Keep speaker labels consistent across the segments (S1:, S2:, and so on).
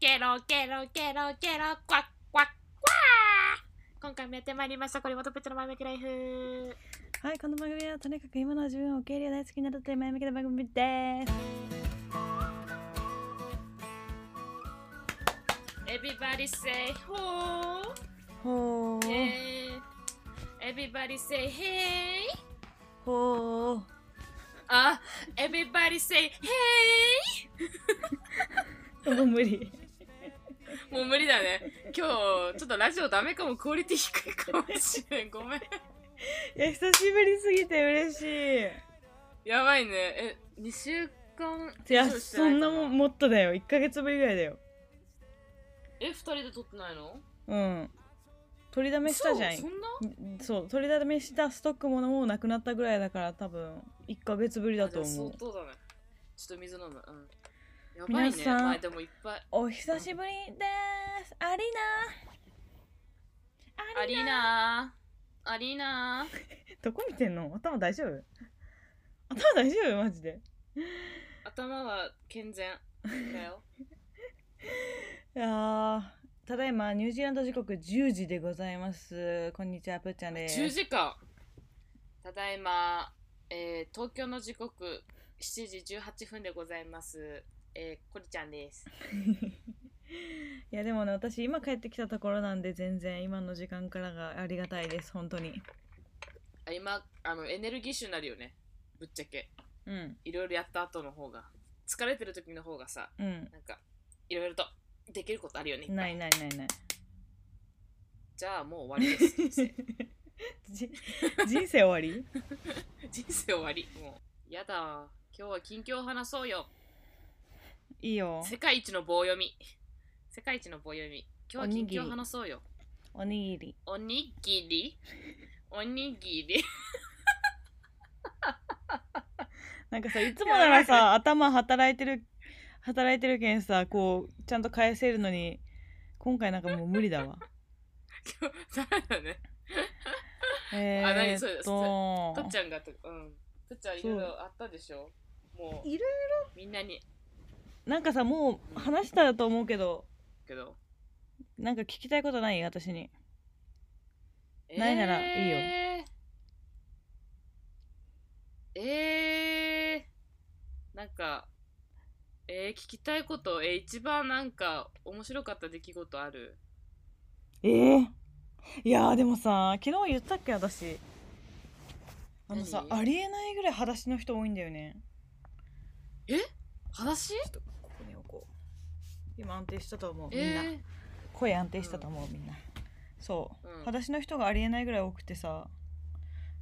S1: ゲロゲロゲロゲロクワックワックワー今回もやってまいりましたこれもトペットの前向きライフ
S2: はい、この番組はとにかく今の自分を受け入れ大好きになるという前向きな番組です。
S1: Everybody say ho
S2: ほう、
S1: yeah. Everybody say hey
S2: ほう、
S1: あ、Everybody say hey
S2: もう無 理。
S1: もう無理だね今日ちょっとラジオダメかもクオリティ低いかもしれんごめん
S2: いや、久しぶりすぎて嬉しい。
S1: やばいねえ2週間
S2: い
S1: 以上
S2: や、
S1: して
S2: そ
S1: いか
S2: んなもんもっとだよ。1ヶ月ぶりぐらいだよ。
S1: え2人で撮ってないの
S2: うん。取りだめしたじゃん
S1: 嘘そんな
S2: そう取りだめしたストックものもなくなったぐらいだから多分1ヶ月ぶりだと思
S1: あ
S2: う
S1: じゃあ相当だねちょっと水飲むうんやばい
S2: 皆
S1: ね
S2: さん
S1: まあでもいっぱい
S2: お久しぶりですアリーナ
S1: アリーナーアリーナー
S2: どこ見てんの頭大丈夫頭大丈夫マジで
S1: 頭は健全だ よ
S2: いやーただいまニュージーランド時刻10時でございますこんにちはぷーちゃんです
S1: 10時間ただいま、えー、東京の時刻7時18分でございますえー、こりちゃんです
S2: いやでもね私今帰ってきたところなんで全然今の時間からがありがたいです本当に
S1: あ今あのエネルギッシュになるよねぶっちゃけ
S2: うん
S1: いろいろやった後の方が疲れてる時の方がさ
S2: うん
S1: なんかいろいろとできることあるよねっぱ
S2: ないないない ない
S1: じゃあもう終わりです人生
S2: じ人生終わり
S1: 人生終わりもうやだ今日は近況を話そうよ
S2: いいよ
S1: 世界一の棒読み世界一の棒読み今日は近況を話そうよ
S2: おにぎり
S1: おにぎりおにぎり
S2: なんかさいつもならさ頭働いてる働いてるけんさこうちゃんと返せるのに今回なんかもう無理 だわ
S1: 今日だよね
S2: え
S1: 何それ
S2: ーっと
S1: とっちゃんがとうんとっちゃんいろいろあったでしょもう
S2: いろいろ
S1: みんなに
S2: なんかさもう話したと思うけど
S1: けど
S2: なんか聞きたいことない私にないならいいよ
S1: えー、えーなんかえー、聞きたいことえー、一番なんか面白かった出来事ある
S2: ええいやーでもさ昨日言ったっけ私あのさ
S1: 何
S2: ありえないぐらい裸足の人多いんだよね
S1: 話
S2: ちょっとここに置こう今安定したと思うみんな、
S1: え
S2: 声安定したと思うみんなそう、
S1: うん
S2: 裸足の人がありえないぐらい多くてさ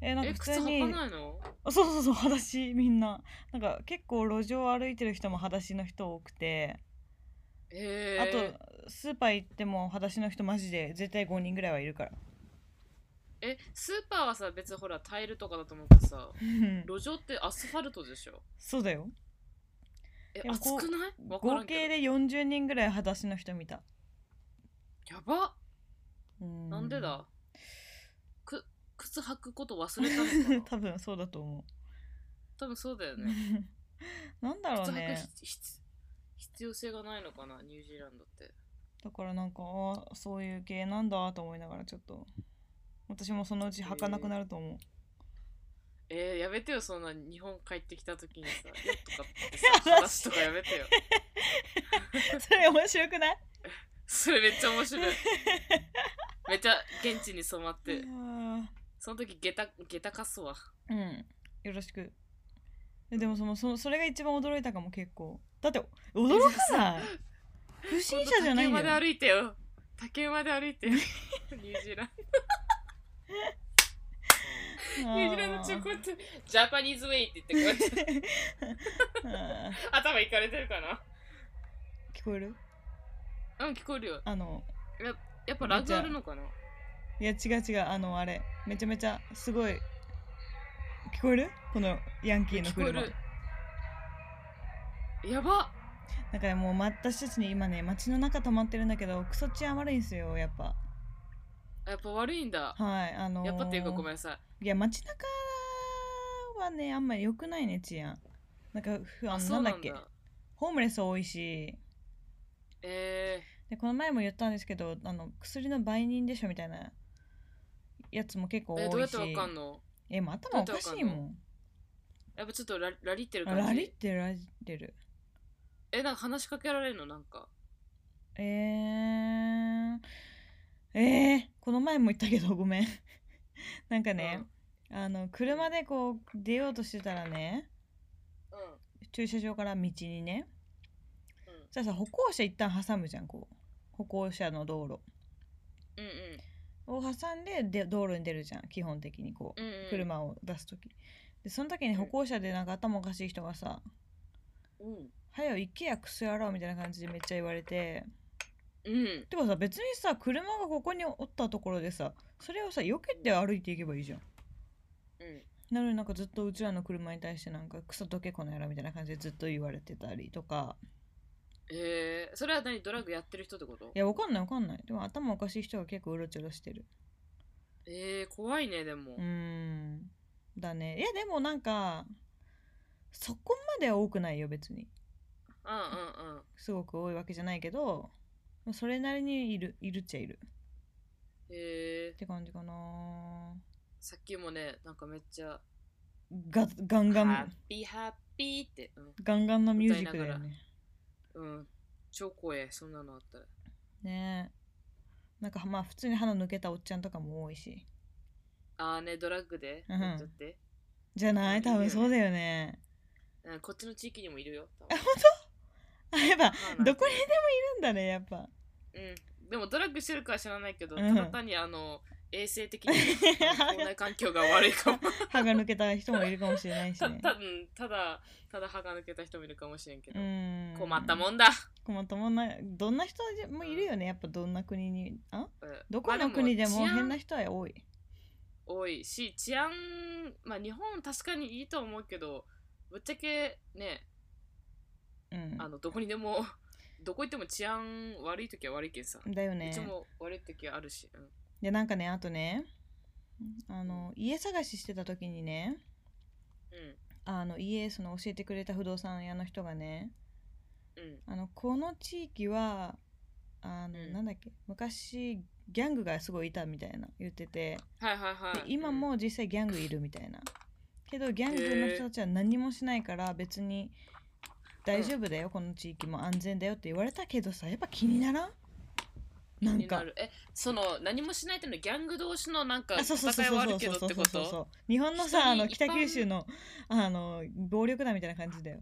S2: えーな
S1: ー、
S2: ん
S1: え
S2: か普
S1: 靴
S2: 通
S1: 履
S2: に
S1: かないの
S2: あそうそうそう裸足みんななんか結構路上を歩いてる人も裸足の人多くて
S1: え
S2: あ
S1: ー、
S2: とスーパー行っても裸足の人マジで絶対5人ぐらいはいるから
S1: えスーパーはさ別にほらタイルとかだと思うけどさ路上ってアスファルトでしょ
S2: そうだよ
S1: え
S2: でもこ
S1: 暑
S2: う
S1: くないわから
S2: 合
S1: んけど
S2: 計で40人ぐらい裸足の人見た
S1: やば
S2: うん
S1: なんでだく靴履くこと忘れたの かな
S2: 多分そうだと思
S1: 多分そうだよ
S2: う
S1: ね
S2: なんだろうね
S1: 靴履く必必要性がないのかなニュージーランドって
S2: だからなんかあーそういう系なんだと思いながらちょっと私もそのうち履かなくなると思う、
S1: えー、やめてよそんな日本帰ってきた時にさ「えっ?」とかってさ話とかやめてよ
S2: それ面白くない
S1: それめっちゃ面白いめっちゃ現地に染まって
S2: あ
S1: その時下駄下駄貸すわ
S2: ーうんよろしくえでもそのそのそれが一番驚いたかも結構だって驚か ない不審者じゃないん
S1: 今度
S2: だ
S1: 竹馬
S2: よ
S1: で歩いてよ竹馬で歩いてよニュージーランドニュージーランド中こうやってジャパニーズウェイって言ってこうやって
S2: あーあ
S1: 頭いかれてるかな
S2: ー聞こえる
S1: うん聞こえるよ
S2: あの
S1: やっぱラグあるのかない
S2: や違う違うあのあれめちゃめちゃすごい聞こえるこのヤンキーの
S1: 聞こえ
S2: 車
S1: るやば
S2: だからもう私たちに今ね街の中止まってるんだけどクソ治安悪いんですよやっぱ
S1: やっぱ悪いんだ
S2: はいあのー
S1: やっぱっていうかごめんなさい
S2: いや街中はねあんまり良くないね治安なんかふあのなんだっけホームレス多いし
S1: え
S2: この前も言ったんですけどあの薬の売人でしょみたいなやつも結構多いし
S1: えどうやってわかんの
S2: えもう頭おかしいもん
S1: やっぱちょっとララリってる
S2: あ
S1: 感じ
S2: ラリってラリってる
S1: えなんか話しかけられるのなんか
S2: えー、えー、この前も言ったけどごめん なんかね、あの車でこう出ようとしてたらね
S1: うんうん
S2: 駐車場から道にね
S1: うん
S2: じゃあさ歩行者一旦挟むじゃんこう歩行者の道路
S1: うん
S2: を挟んでで道路に出るじゃん基本的にこう
S1: うんうんうん
S2: 車を出す時でその時に歩行者でなんか頭おかしい人がさ
S1: うん
S2: 「はよ行けやクソ野郎」みたいな感じでめっちゃ言われて
S1: うん
S2: てかさ別にさ車がここにおったところでさそれをさ避けて歩いていけばいいじゃん
S1: うん
S2: なのになんかずっとうちらの車に対してなんかクソどけこの野郎みたいな感じでずっと言われてたりとか
S1: えー、それは何ドラッグやってる人ってこと
S2: いやわかんないわかんないでも頭おかしい人が結構うろちょろしてる
S1: えー、怖いねでも、
S2: うーんだねいやでもなんかそこまでは多くないよ別に
S1: うんうんうん
S2: すごく多いわけじゃないけどまあそれなりにいるいるっちゃいる
S1: え
S2: って感じかな
S1: ー、さっきもねなんかめっちゃ
S2: がガンガ
S1: ハ
S2: ン
S1: ッピーハッピーってうん、
S2: ガンガンのミュージック
S1: 歌
S2: だよ
S1: いなが
S2: ね
S1: うん、超怖えそんなのあったら
S2: ねえなんかまあ普通に鼻抜けたおっちゃんとかも多いし
S1: ああねドラッグで
S2: うん
S1: やっちゃって、
S2: じゃない多分そうだよね
S1: うん、こっちの地域にもいるよ多分
S2: あ本当あやっぱ
S1: まあ
S2: どこにでもいるんだねやっぱ
S1: うん、でもドラッグしてるから知らないけど、
S2: うん
S1: ただ単にあの衛生的に 校内環境が悪いかも
S2: 歯が抜けた人もいるかもしれないしたね
S1: たうんただただ歯が抜けた人もいるかもしれんけど、
S2: うん
S1: 困ったもんだ、
S2: 困ったもんなどんな人もいるよねやっぱどんな国にあ
S1: うん
S2: どこの国でも
S1: まあ
S2: 変
S1: 治
S2: な
S1: 安
S2: 人は多い
S1: 多いし治安まあ日本確かにいいと思うけどぶっちゃけね
S2: うん
S1: あのどこにでも どこ行っても治安悪い時は悪いけんさ、
S2: だよ
S1: う
S2: ね
S1: ちも悪い時はあるし、うん、
S2: でなんかねあとねあの家探ししてた時にね
S1: う
S2: あの家その教えてくれた不動産屋の人がね
S1: んうん
S2: あのこの地域はあの、
S1: うん
S2: なんだっけ昔ギャングがすごいいたみたいな言ってて
S1: はいはいはい
S2: で今も実際ギャングいるみたいなけどギャングの人たちは何もしないから別に大丈夫だよこの地域も安全だよって言われたけどさやっぱ気にならんな
S1: うん
S2: ん
S1: 気にな
S2: か
S1: るえその何もしないっていうのはギャング同士のなんか
S2: あそうそうそ
S1: 戦
S2: う
S1: い
S2: そう
S1: はあ
S2: そ
S1: る
S2: う
S1: け
S2: そ
S1: ど
S2: う
S1: っ
S2: そう
S1: て
S2: そ
S1: こ
S2: うそう
S1: と
S2: 日本のさ
S1: 人
S2: あ
S1: に
S2: の
S1: 一般
S2: 北九州のあの暴力団みたいな感じだよ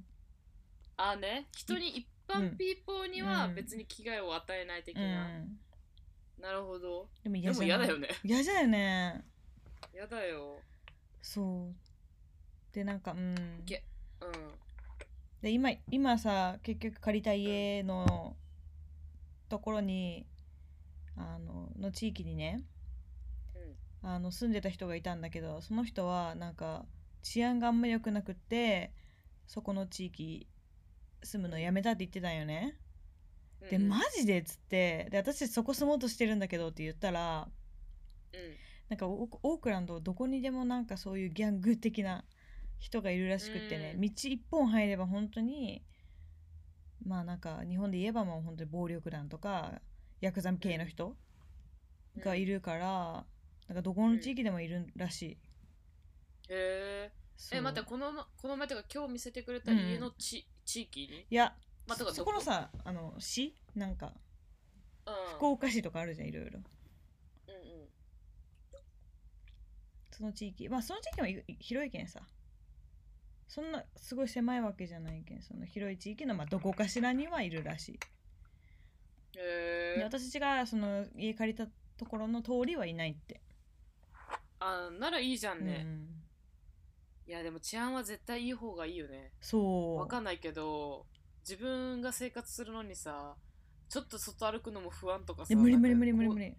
S1: あーね人に一
S2: う
S1: 般
S2: ん
S1: ピーポーには
S2: うん
S1: 別に危害を与えない的
S2: う
S1: な、
S2: ん
S1: なるほど
S2: でも
S1: で
S2: 嫌じ
S1: も
S2: ゃ
S1: 嫌
S2: な
S1: だ
S2: い
S1: よね
S2: 嫌じゃよね
S1: 嫌だよ
S2: そうでなんかうん
S1: けうん
S2: で今今さ結局借りた家のところにあのの地域にねあの住んでた人がいたんだけどその人はなんか治安があんま良くなくってそこの地域住むのやめたって言ってたんよね。
S1: うん
S2: で
S1: うん
S2: マジでっつってで私そこ住もうとしてるんだけどって言ったら
S1: うん
S2: なんかオーオークランドどこにでもなんかそういうギャング的な人がいるらしくってね、
S1: うん
S2: 道一本入れば本当にまあなんか日本で言えばもう本当に暴力団とかヤクザ系の人がいるから、なんかどこの地域でもいるらしい。
S1: へ
S2: そ
S1: ええ
S2: う
S1: 待ってこのこの前とか今日見せてくれた家のち、地域に
S2: いや、
S1: まあ、とか
S2: そそ
S1: ど
S2: このさあの市なんか
S1: うん
S2: 福岡市とかあるじゃんいろいろ
S1: うんうん
S2: その地域まあその地域もいい広いけんさそんなすごい狭いわけじゃないけんその広い地域のまあどこかしらにはいるらしい
S1: へ
S2: で
S1: え
S2: 私たちがその家借りたところの通りはいないって、
S1: あならいいじゃん
S2: う
S1: ね、
S2: ん、
S1: いやでも治安は絶対いい方がいいよね
S2: そう
S1: わかんないけど自分が生活するのにさちょっと外歩くのも不安とかさ
S2: で無理無理無理無理無
S1: 理
S2: 理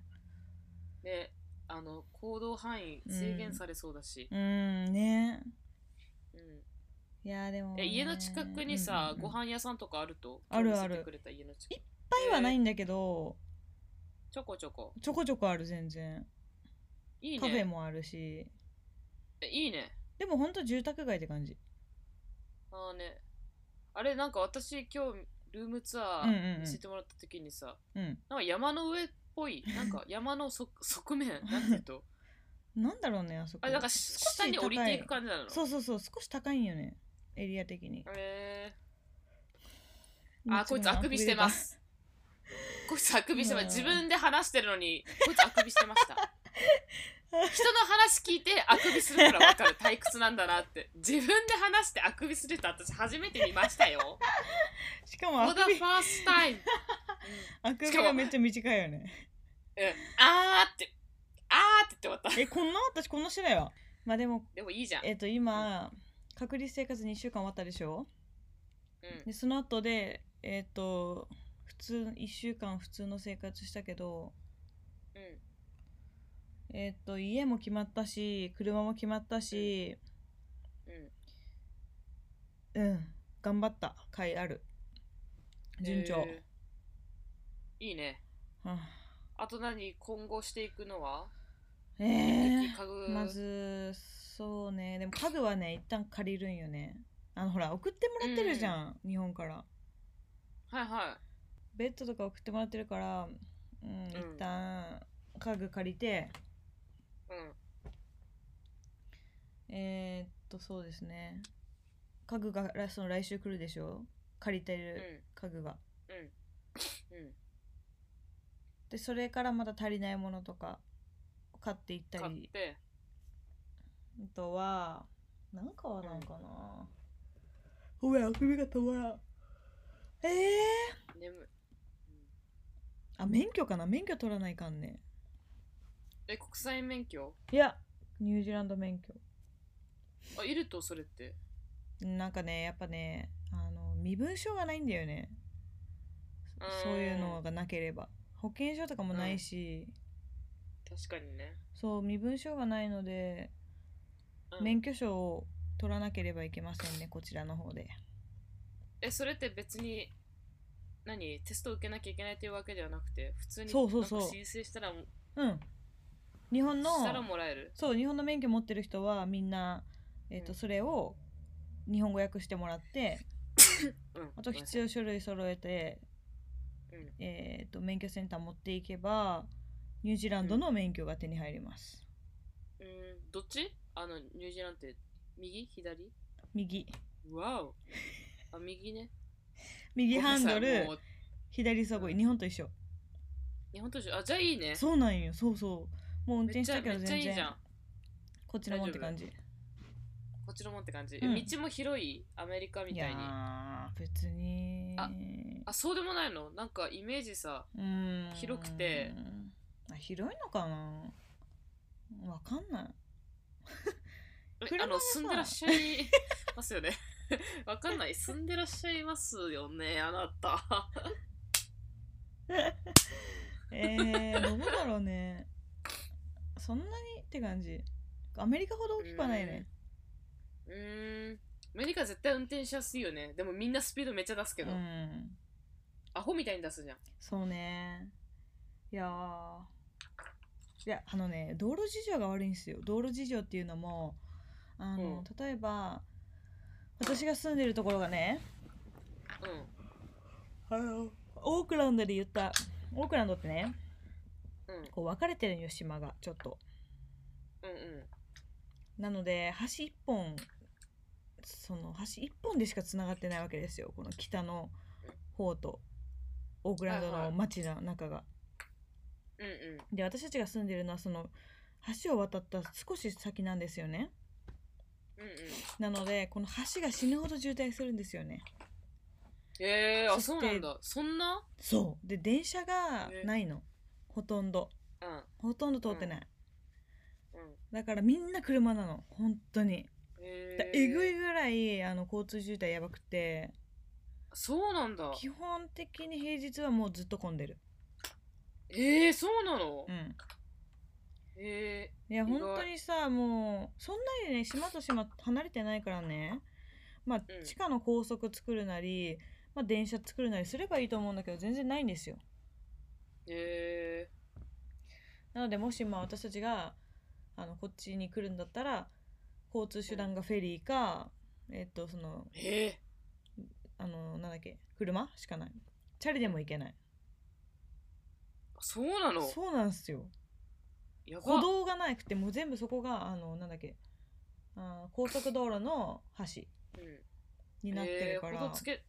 S1: ねあの行動範囲制限されそうだし
S2: う、んね
S1: うん
S2: いやでもね
S1: え家の近くにさ、
S2: うんうん
S1: ご
S2: うん
S1: 飯屋さんとかあると
S2: ある
S1: 今
S2: ある
S1: 日見せてくれた家の近く
S2: いっいっぱいはないんだけど
S1: ちょこちょこ
S2: ちょこちょこある全然
S1: いい
S2: カフェ
S1: ね
S2: もあるし
S1: えいいね
S2: でもほんと住宅街って感じ
S1: あーねあれなんか私今日ルームツア
S2: うんうんう
S1: ー
S2: ん
S1: 見せてもらった時にさ、
S2: うん
S1: なんか山の上っぽいなんか山のそ 側面なんていうと
S2: なんだろうねあそこ
S1: あなんか少し下に降りていく感じなの
S2: そうそうそう少し高いんよねエリア的に
S1: えー、あこいつあくびしてますこいつあくびしてます
S2: うん
S1: 自分で話してるのにこいつあくびしてました人の話聞いてあくびするから分かる退屈なんだなって自分で話してあくびする人私初めて見ましたよ
S2: しかも
S1: For
S2: あ
S1: the
S2: くび
S1: first time
S2: あくびがめっちゃ短いよね
S1: うん、うん、あーってあーって言って終わった
S2: えこんな私こんなしてないわまあでも
S1: でもいいじゃん、うん
S2: えっ、と今隔離生活2週間終わったでしょでその後でえっ、と普通1週間普通の生活したけど
S1: うん、
S2: えっ、と家も決まったし車も決まったし
S1: うん、
S2: うん頑張った甲斐ある順調、
S1: えーいいね
S2: は
S1: あと何今後していくのは、
S2: あえー
S1: 家具
S2: まずそうねでも家具はね一旦借りるんよねあのほら送ってもらってるじゃん、日本から
S1: はいは
S2: ベッドとか送ってもらってるから、うん、一旦家具借りて、
S1: いうん
S2: えー、っとそうですね家具がラストの来週来るでしょ借りて
S1: うん
S2: る家具が、
S1: うんうん
S2: でそれからまだ足りないものとか買っていった
S1: 買っ
S2: り
S1: て
S2: あとはなんかはなんかな、ごめんあくびが止まらんえー、
S1: 眠い
S2: あ免許かな免許取らないかんね
S1: え国際免許
S2: いやニュージーランド免許
S1: あいるとそれって
S2: なんかねやっぱねあの身分証がないんだよねそういうの
S1: ん
S2: がなければ保険証とかもないし、
S1: 確かにね、
S2: そう身分証がないので
S1: うん
S2: 免許証を取らなければいけませんねこちらの方で
S1: えそれって別に何テスト受けなきゃいけないというわけではなくて普通に
S2: そうそうそう
S1: なんか申請したらも
S2: うん日本の
S1: したらもらえる
S2: そう日本の免許持ってる人はみんな、えーと
S1: うん
S2: それを日本語訳してもらって
S1: うん
S2: あと必要書類揃えて、
S1: うん
S2: えー、と免許センター持っていけばニュージーランドの免許が手に入ります、
S1: うんどっちあのニュージーランドって右左
S2: 右
S1: わおあ右 ね
S2: 右ハンド
S1: ごめんなさい
S2: ル
S1: もう
S2: 左そこ
S1: うん
S2: 日本と一緒
S1: 日本と一緒あじゃあいいね
S2: そうなんよそうそうもう
S1: め
S2: 運転
S1: っ
S2: し
S1: ちゃ
S2: たけ
S1: め
S2: ど
S1: っちゃい
S2: 全
S1: いじ
S2: 然
S1: ゃん
S2: こっちのもんって感じ
S1: こっちのもんって感じ、
S2: うん
S1: 道も広いアメリカみ
S2: い
S1: た
S2: や
S1: いに
S2: ー別に
S1: ああそうでもないのなんかイメージさ
S2: うーん
S1: 広くて
S2: あ広いのかなわかんない
S1: え
S2: 車
S1: あの
S2: はさ
S1: 住んでらっしゃいますよね わかんない住んでらっしゃいますよねあなた
S2: え ー、どうだろうねそんなにって感じアメリカほど大きくはないね
S1: うーんアメリカ絶対運転しやすいよねでもみんなスピードめっちゃ出すけ
S2: うん
S1: ど、アホみたいに出すじゃん
S2: そうねいやーいやあのね道路事情が悪いんですよ道路事情っていうのもあの、
S1: うん
S2: 例えば私が住んでるところがね
S1: うん
S2: オークランドで言ったオークランドってね
S1: うん
S2: こう分かれてるんよ島がちょっと
S1: うんうん
S2: なので橋一本その橋一本でしかつながってないわけですよこの北の方とオークランド
S1: はいは
S2: の
S1: い
S2: 街の中が。
S1: うんうん
S2: で私たちが住んでるのはその橋を渡った少し先なんですよね
S1: うんうん
S2: なのでこの橋が死ぬほど渋滞するんですよね
S1: えー、あそ
S2: そ
S1: う
S2: して
S1: なんだそんな
S2: そうで電車がないの、ほとんど
S1: うん
S2: ほとんど通ってない、
S1: うん
S2: だからみんな車なの本当にだ
S1: えー、
S2: えぐいぐらいあの交通渋滞やばくて
S1: そうなんだ
S2: 基本的に平日はもうずっと混んでる
S1: えー、そうなの、
S2: うん
S1: え
S2: いや
S1: 意
S2: 本
S1: 外
S2: 当にさもうそんなにね島と島離れてないからねまあ、
S1: うん
S2: 地下の高速作るなり、まあ、電車作るなりすればいいと思うんだけど全然ないんですよ
S1: ー、え
S2: なのでもしまあ私たちがあのこっちに来るんだったら交通手段がフェリーか、えっとその
S1: ー、え
S2: あのなんだっけ車しかないチャリでも行けない
S1: そうなの
S2: そうなんですよ
S1: やば
S2: 歩道がなくてもう全部そこがあのなんだっけあー高速道路の橋
S1: うん
S2: になってるから、
S1: えー、ほどつけ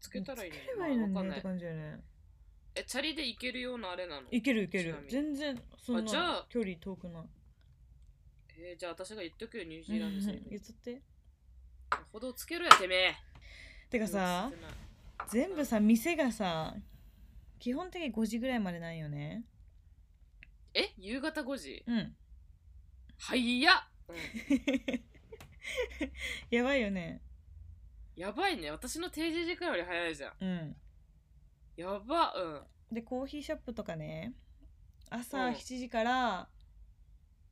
S1: つけたらいい
S2: つければいいの
S1: わ
S2: に
S1: か
S2: ね
S1: ん
S2: っ
S1: な
S2: て
S1: い
S2: 感じだよね
S1: えチャリで行けるようなあれなの
S2: いけるいけ
S1: ち
S2: る
S1: なみに
S2: 全然そん
S1: あじゃ
S2: な
S1: あ
S2: 距離遠くない
S1: えー、じゃあ私が言っとくよニュージーランド西部
S2: 言
S1: に
S2: っとって
S1: 歩道つけろやてめえ
S2: てかさ
S1: うん
S2: 全部さ店がさ基本的に5時ぐらいまでなんよね
S1: え夕方5時
S2: うん
S1: はいや、うん、
S2: やばいよね
S1: やばいね私の定時時間より早いじゃん
S2: うん
S1: やばうん
S2: でコーヒーショップとかね朝
S1: うん
S2: 7時から、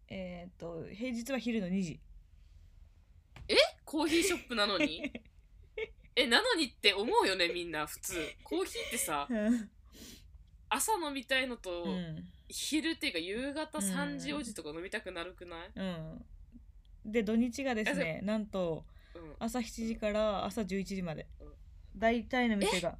S2: えーっと平日は昼の2時
S1: コーヒーショップなの にえなのにって思うよねみんな普通コーヒーって さ
S2: うん
S1: 朝飲みたいのと、
S2: うん、
S1: 昼っていうか夕方
S2: うん
S1: 3時4時とか飲みたくなるくない、
S2: うん、で土日がですねなんと
S1: うん、
S2: 朝7時から朝11時まで大体の店が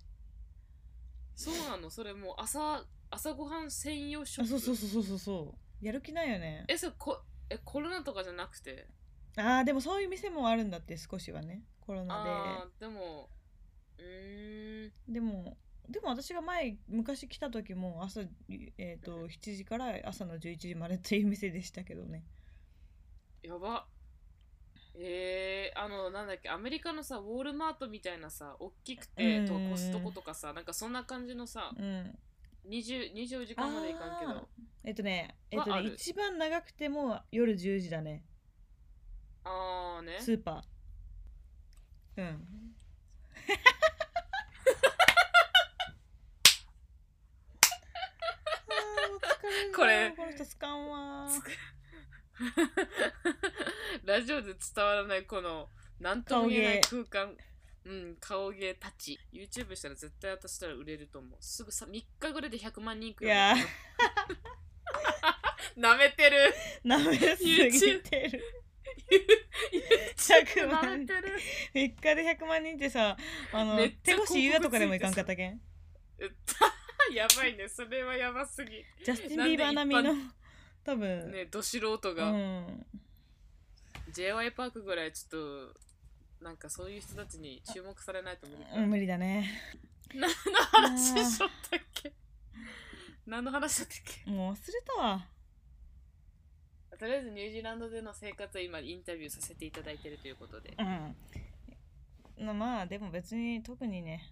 S1: そうなのそれもう朝朝ごはん専用ショ
S2: あ
S1: ップ
S2: そうそうそうそうそうそうやる気ないよね
S1: えそれこえコロナとかじゃなくて
S2: あーでもそういう店もあるんだって少しはねコロナ
S1: あーでもうーん
S2: ででもでも私が前昔来た時も朝、えー、と7時から朝の11時までっていう店でしたけどね
S1: やばえー、あのなんだっけアメリカのさウォールマートみたいなさ大きくて、
S2: うん
S1: とコストコとかさなんかそんな感じのさ
S2: うん
S1: 20 24時間までいかんけ
S2: あー
S1: ど
S2: えっ、とね,、えっと
S1: はあ
S2: ね
S1: る
S2: 一番長くても夜10時だね
S1: あーね
S2: スーパーうん
S1: これ
S2: この人つかんわー
S1: ラジオで伝わらないこのなんとも言えない空間うん顔芸たち YouTube したら絶対私したら売れると思うすぐさ3日ぐらいで100万人いく
S2: い
S1: よね
S2: や
S1: なめてる
S2: ー舐めすぎてる100
S1: な
S2: 万
S1: め
S2: 人
S1: てる
S2: 3日で100万人ってさあの
S1: めっち
S2: 手
S1: ゃ
S2: 越優雅とかでもいかんかったけん
S1: うったやばいねそれはやばすぎ
S2: ジャスティン・ビーバー並み
S1: な
S2: の多分、
S1: ねど素人
S2: う
S1: が、
S2: ん
S1: j y パークぐらいちょっとなんかそういう人たちに注目されないと無理か、
S2: うん無理だね
S1: 何の話しとったっけ何の話だったっけ
S2: もう忘れたわ
S1: とりあえずニュージーランドでの生活を今インタビューさせていただいてるということで
S2: うんなまあでも別に特にね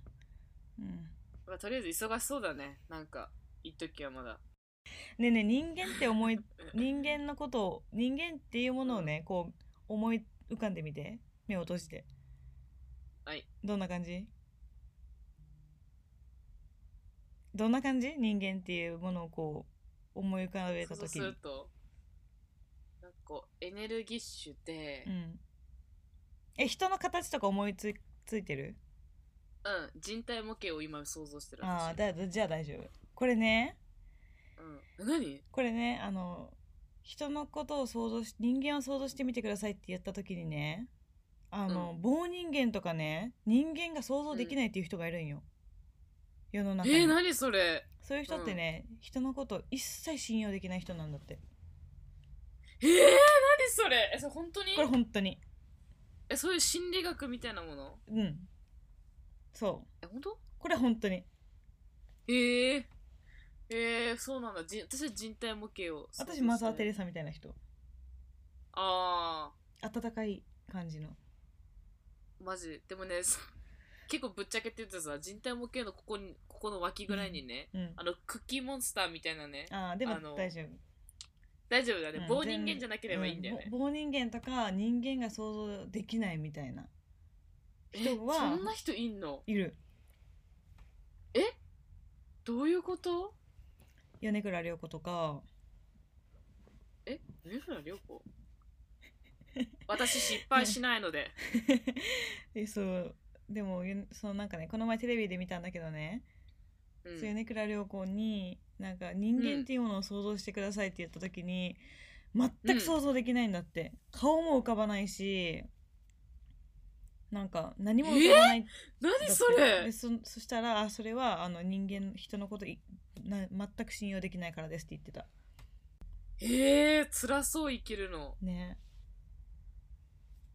S2: うん
S1: まあ、とりあえず忙しそうだねなんか一時はまだ
S2: ねえねえ人間って思い人間のことを人間っていうものをねこう思い浮かんでみて目を閉じて
S1: はい
S2: どんな感じどんな感じ人間っていうものをこう思い浮かべた
S1: そう
S2: 時
S1: す
S2: に
S1: るとなんかこうエネルギッシュで
S2: う、んえ人の形とか思いつついてる
S1: うん人体模型を今想像してる
S2: ああ
S1: 私
S2: だじゃあ大丈夫これね
S1: うん、何
S2: これねあの人のことを想像し人間を想像してみてくださいってやった時にねあの、
S1: う
S2: 棒人間とかね人間が想像できないっていう人がいるんよ、世の中に、
S1: えー、何それ
S2: そういう人ってね、人のことを一切信用できない人なんだって
S1: えー、何それえそれ本当に
S2: これ本当に
S1: えそういう心理学みたいなもの
S2: うんそう
S1: え本当
S2: これ本当に
S1: えええー、そうなんだじ私は人体模型を想像して
S2: 私マザー・テレサみたいな人
S1: あ
S2: 温かい感じの
S1: あマジでもねそ 結構ぶっちゃけて言うとさ人体模型のここにここの脇ぐらいにね、
S2: うん
S1: あのクッキーモンスターみたいなね
S2: ああでも
S1: あの
S2: 大丈夫
S1: 大丈夫だね、
S2: うん
S1: 棒人間じゃなければいいんだよ
S2: う
S1: ね、
S2: ぼ棒人間とか人間が想像できないみたいな
S1: え
S2: 人は
S1: そんな人いんの
S2: いる
S1: どういうこと
S2: 米倉涼子とか
S1: 何それ涼子私失敗しないので、
S2: えそうでもゆそのなんかねこの前テレビで見たんだけどね、
S1: うん
S2: そう米倉涼子になんか人間っていうものを想像してくださいって言った時に、全く想像できないんだって、顔も浮かばないしなんか何も浮かばない
S1: 何
S2: だって
S1: それ
S2: でそそしたらあそれはあの人間人のこといな全く信用できないからですって言ってた
S1: ええー、辛そう生きるの。
S2: ね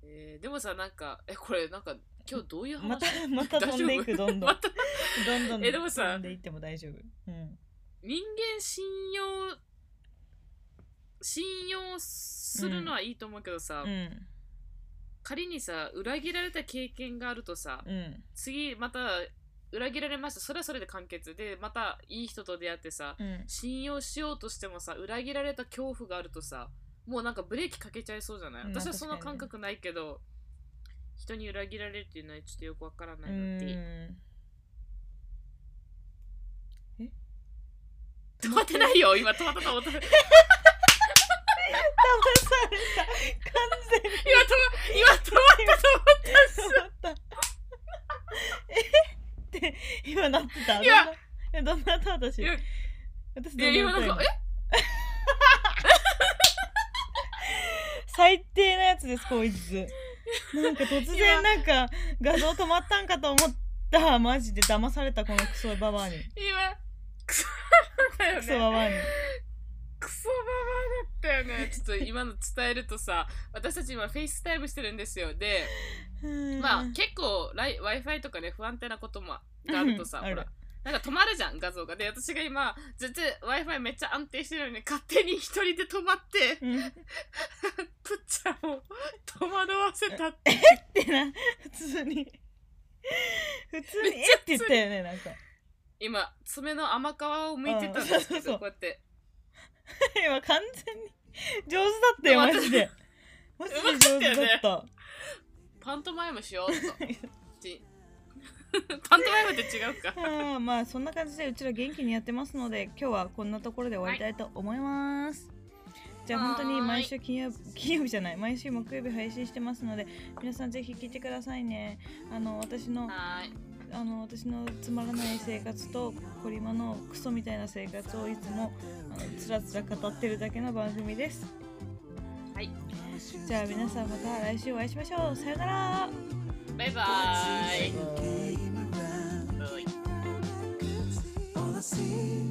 S1: えー、でもさ、なんか、え、これなんか、今日どういう話
S2: また また飛んでいくどんどん
S1: また
S2: どんどん
S1: えでもさ
S2: 飛んでいっても大丈夫うん
S1: 人間信用、信用するのはいいと思うけどさ、
S2: うん
S1: 仮にさ、裏切られた経験があるとさ、
S2: うん
S1: 次また裏切られました。それはそれで完結で、またいい人と出会ってさ、
S2: うん
S1: 信用しようとしてもさ、裏切られた恐怖があるとさ、もうなんかブレーキかけちゃいそうじゃない
S2: うん
S1: 私はそんな
S2: 確かに
S1: 感
S2: ね
S1: 覚ないけど、人に裏切られるっていうのはちょっとよくわからな
S2: う
S1: いので。
S2: ん
S1: 止まってないよ今止まったと 思った今止ま
S2: 騙された完全に
S1: 今止まったと思っ
S2: 止まったえって今なってた
S1: いや
S2: どんないやどんなった私
S1: いや
S2: 私
S1: たいや今なん
S2: な
S1: か
S2: った 最低なやつですこいつなんか突
S1: いや
S2: 然なんか画像止まったんかと思ったマジで騙されたこのクソババアに
S1: え今クソだよね
S2: クソバ バアに
S1: クソババアだったよねちょっと今の伝えるとさ私たち今フェイスタイムしてるんですよで
S2: うん
S1: まあ結構 w i f i とかね不安定なこともがあるとさ
S2: うん
S1: ほ
S2: ある
S1: らなんか止まるじゃん画像がで私が今全然 w i f i めっちゃ安定してるのに勝手に一人で止まって
S2: うんっ
S1: プッチャーを 戸惑わせたって
S2: てな普通に普通
S1: めっ
S2: に
S1: ちゃ
S2: えって言ったよねなんか
S1: 今爪の甘皮を剥いてたんですけ
S2: うんそうそうそ
S1: ど
S2: う
S1: こうやって
S2: 今完全に上手だったよマジでマジで上手だった
S1: パントマイムしようっと ち パントマイムって違 うか
S2: ああまあそんな感じでうちら元気にやってますので今日はこんなところで終わりたいと思います、じゃあ
S1: はー
S2: 本
S1: い
S2: 当に毎週金曜日金曜日じゃない毎週木曜日配信してますので皆さんぜひ聞いてくださいねあの私の
S1: はーい
S2: あの私のつまらない生活とコリマのクソみたいな生活をいつもあのつらつら語ってるだけの番組です
S1: はい
S2: じゃあ皆さんまた来週お会いしましょうさよなら
S1: バイバーイ
S3: Came around.
S1: Bye.
S3: All I see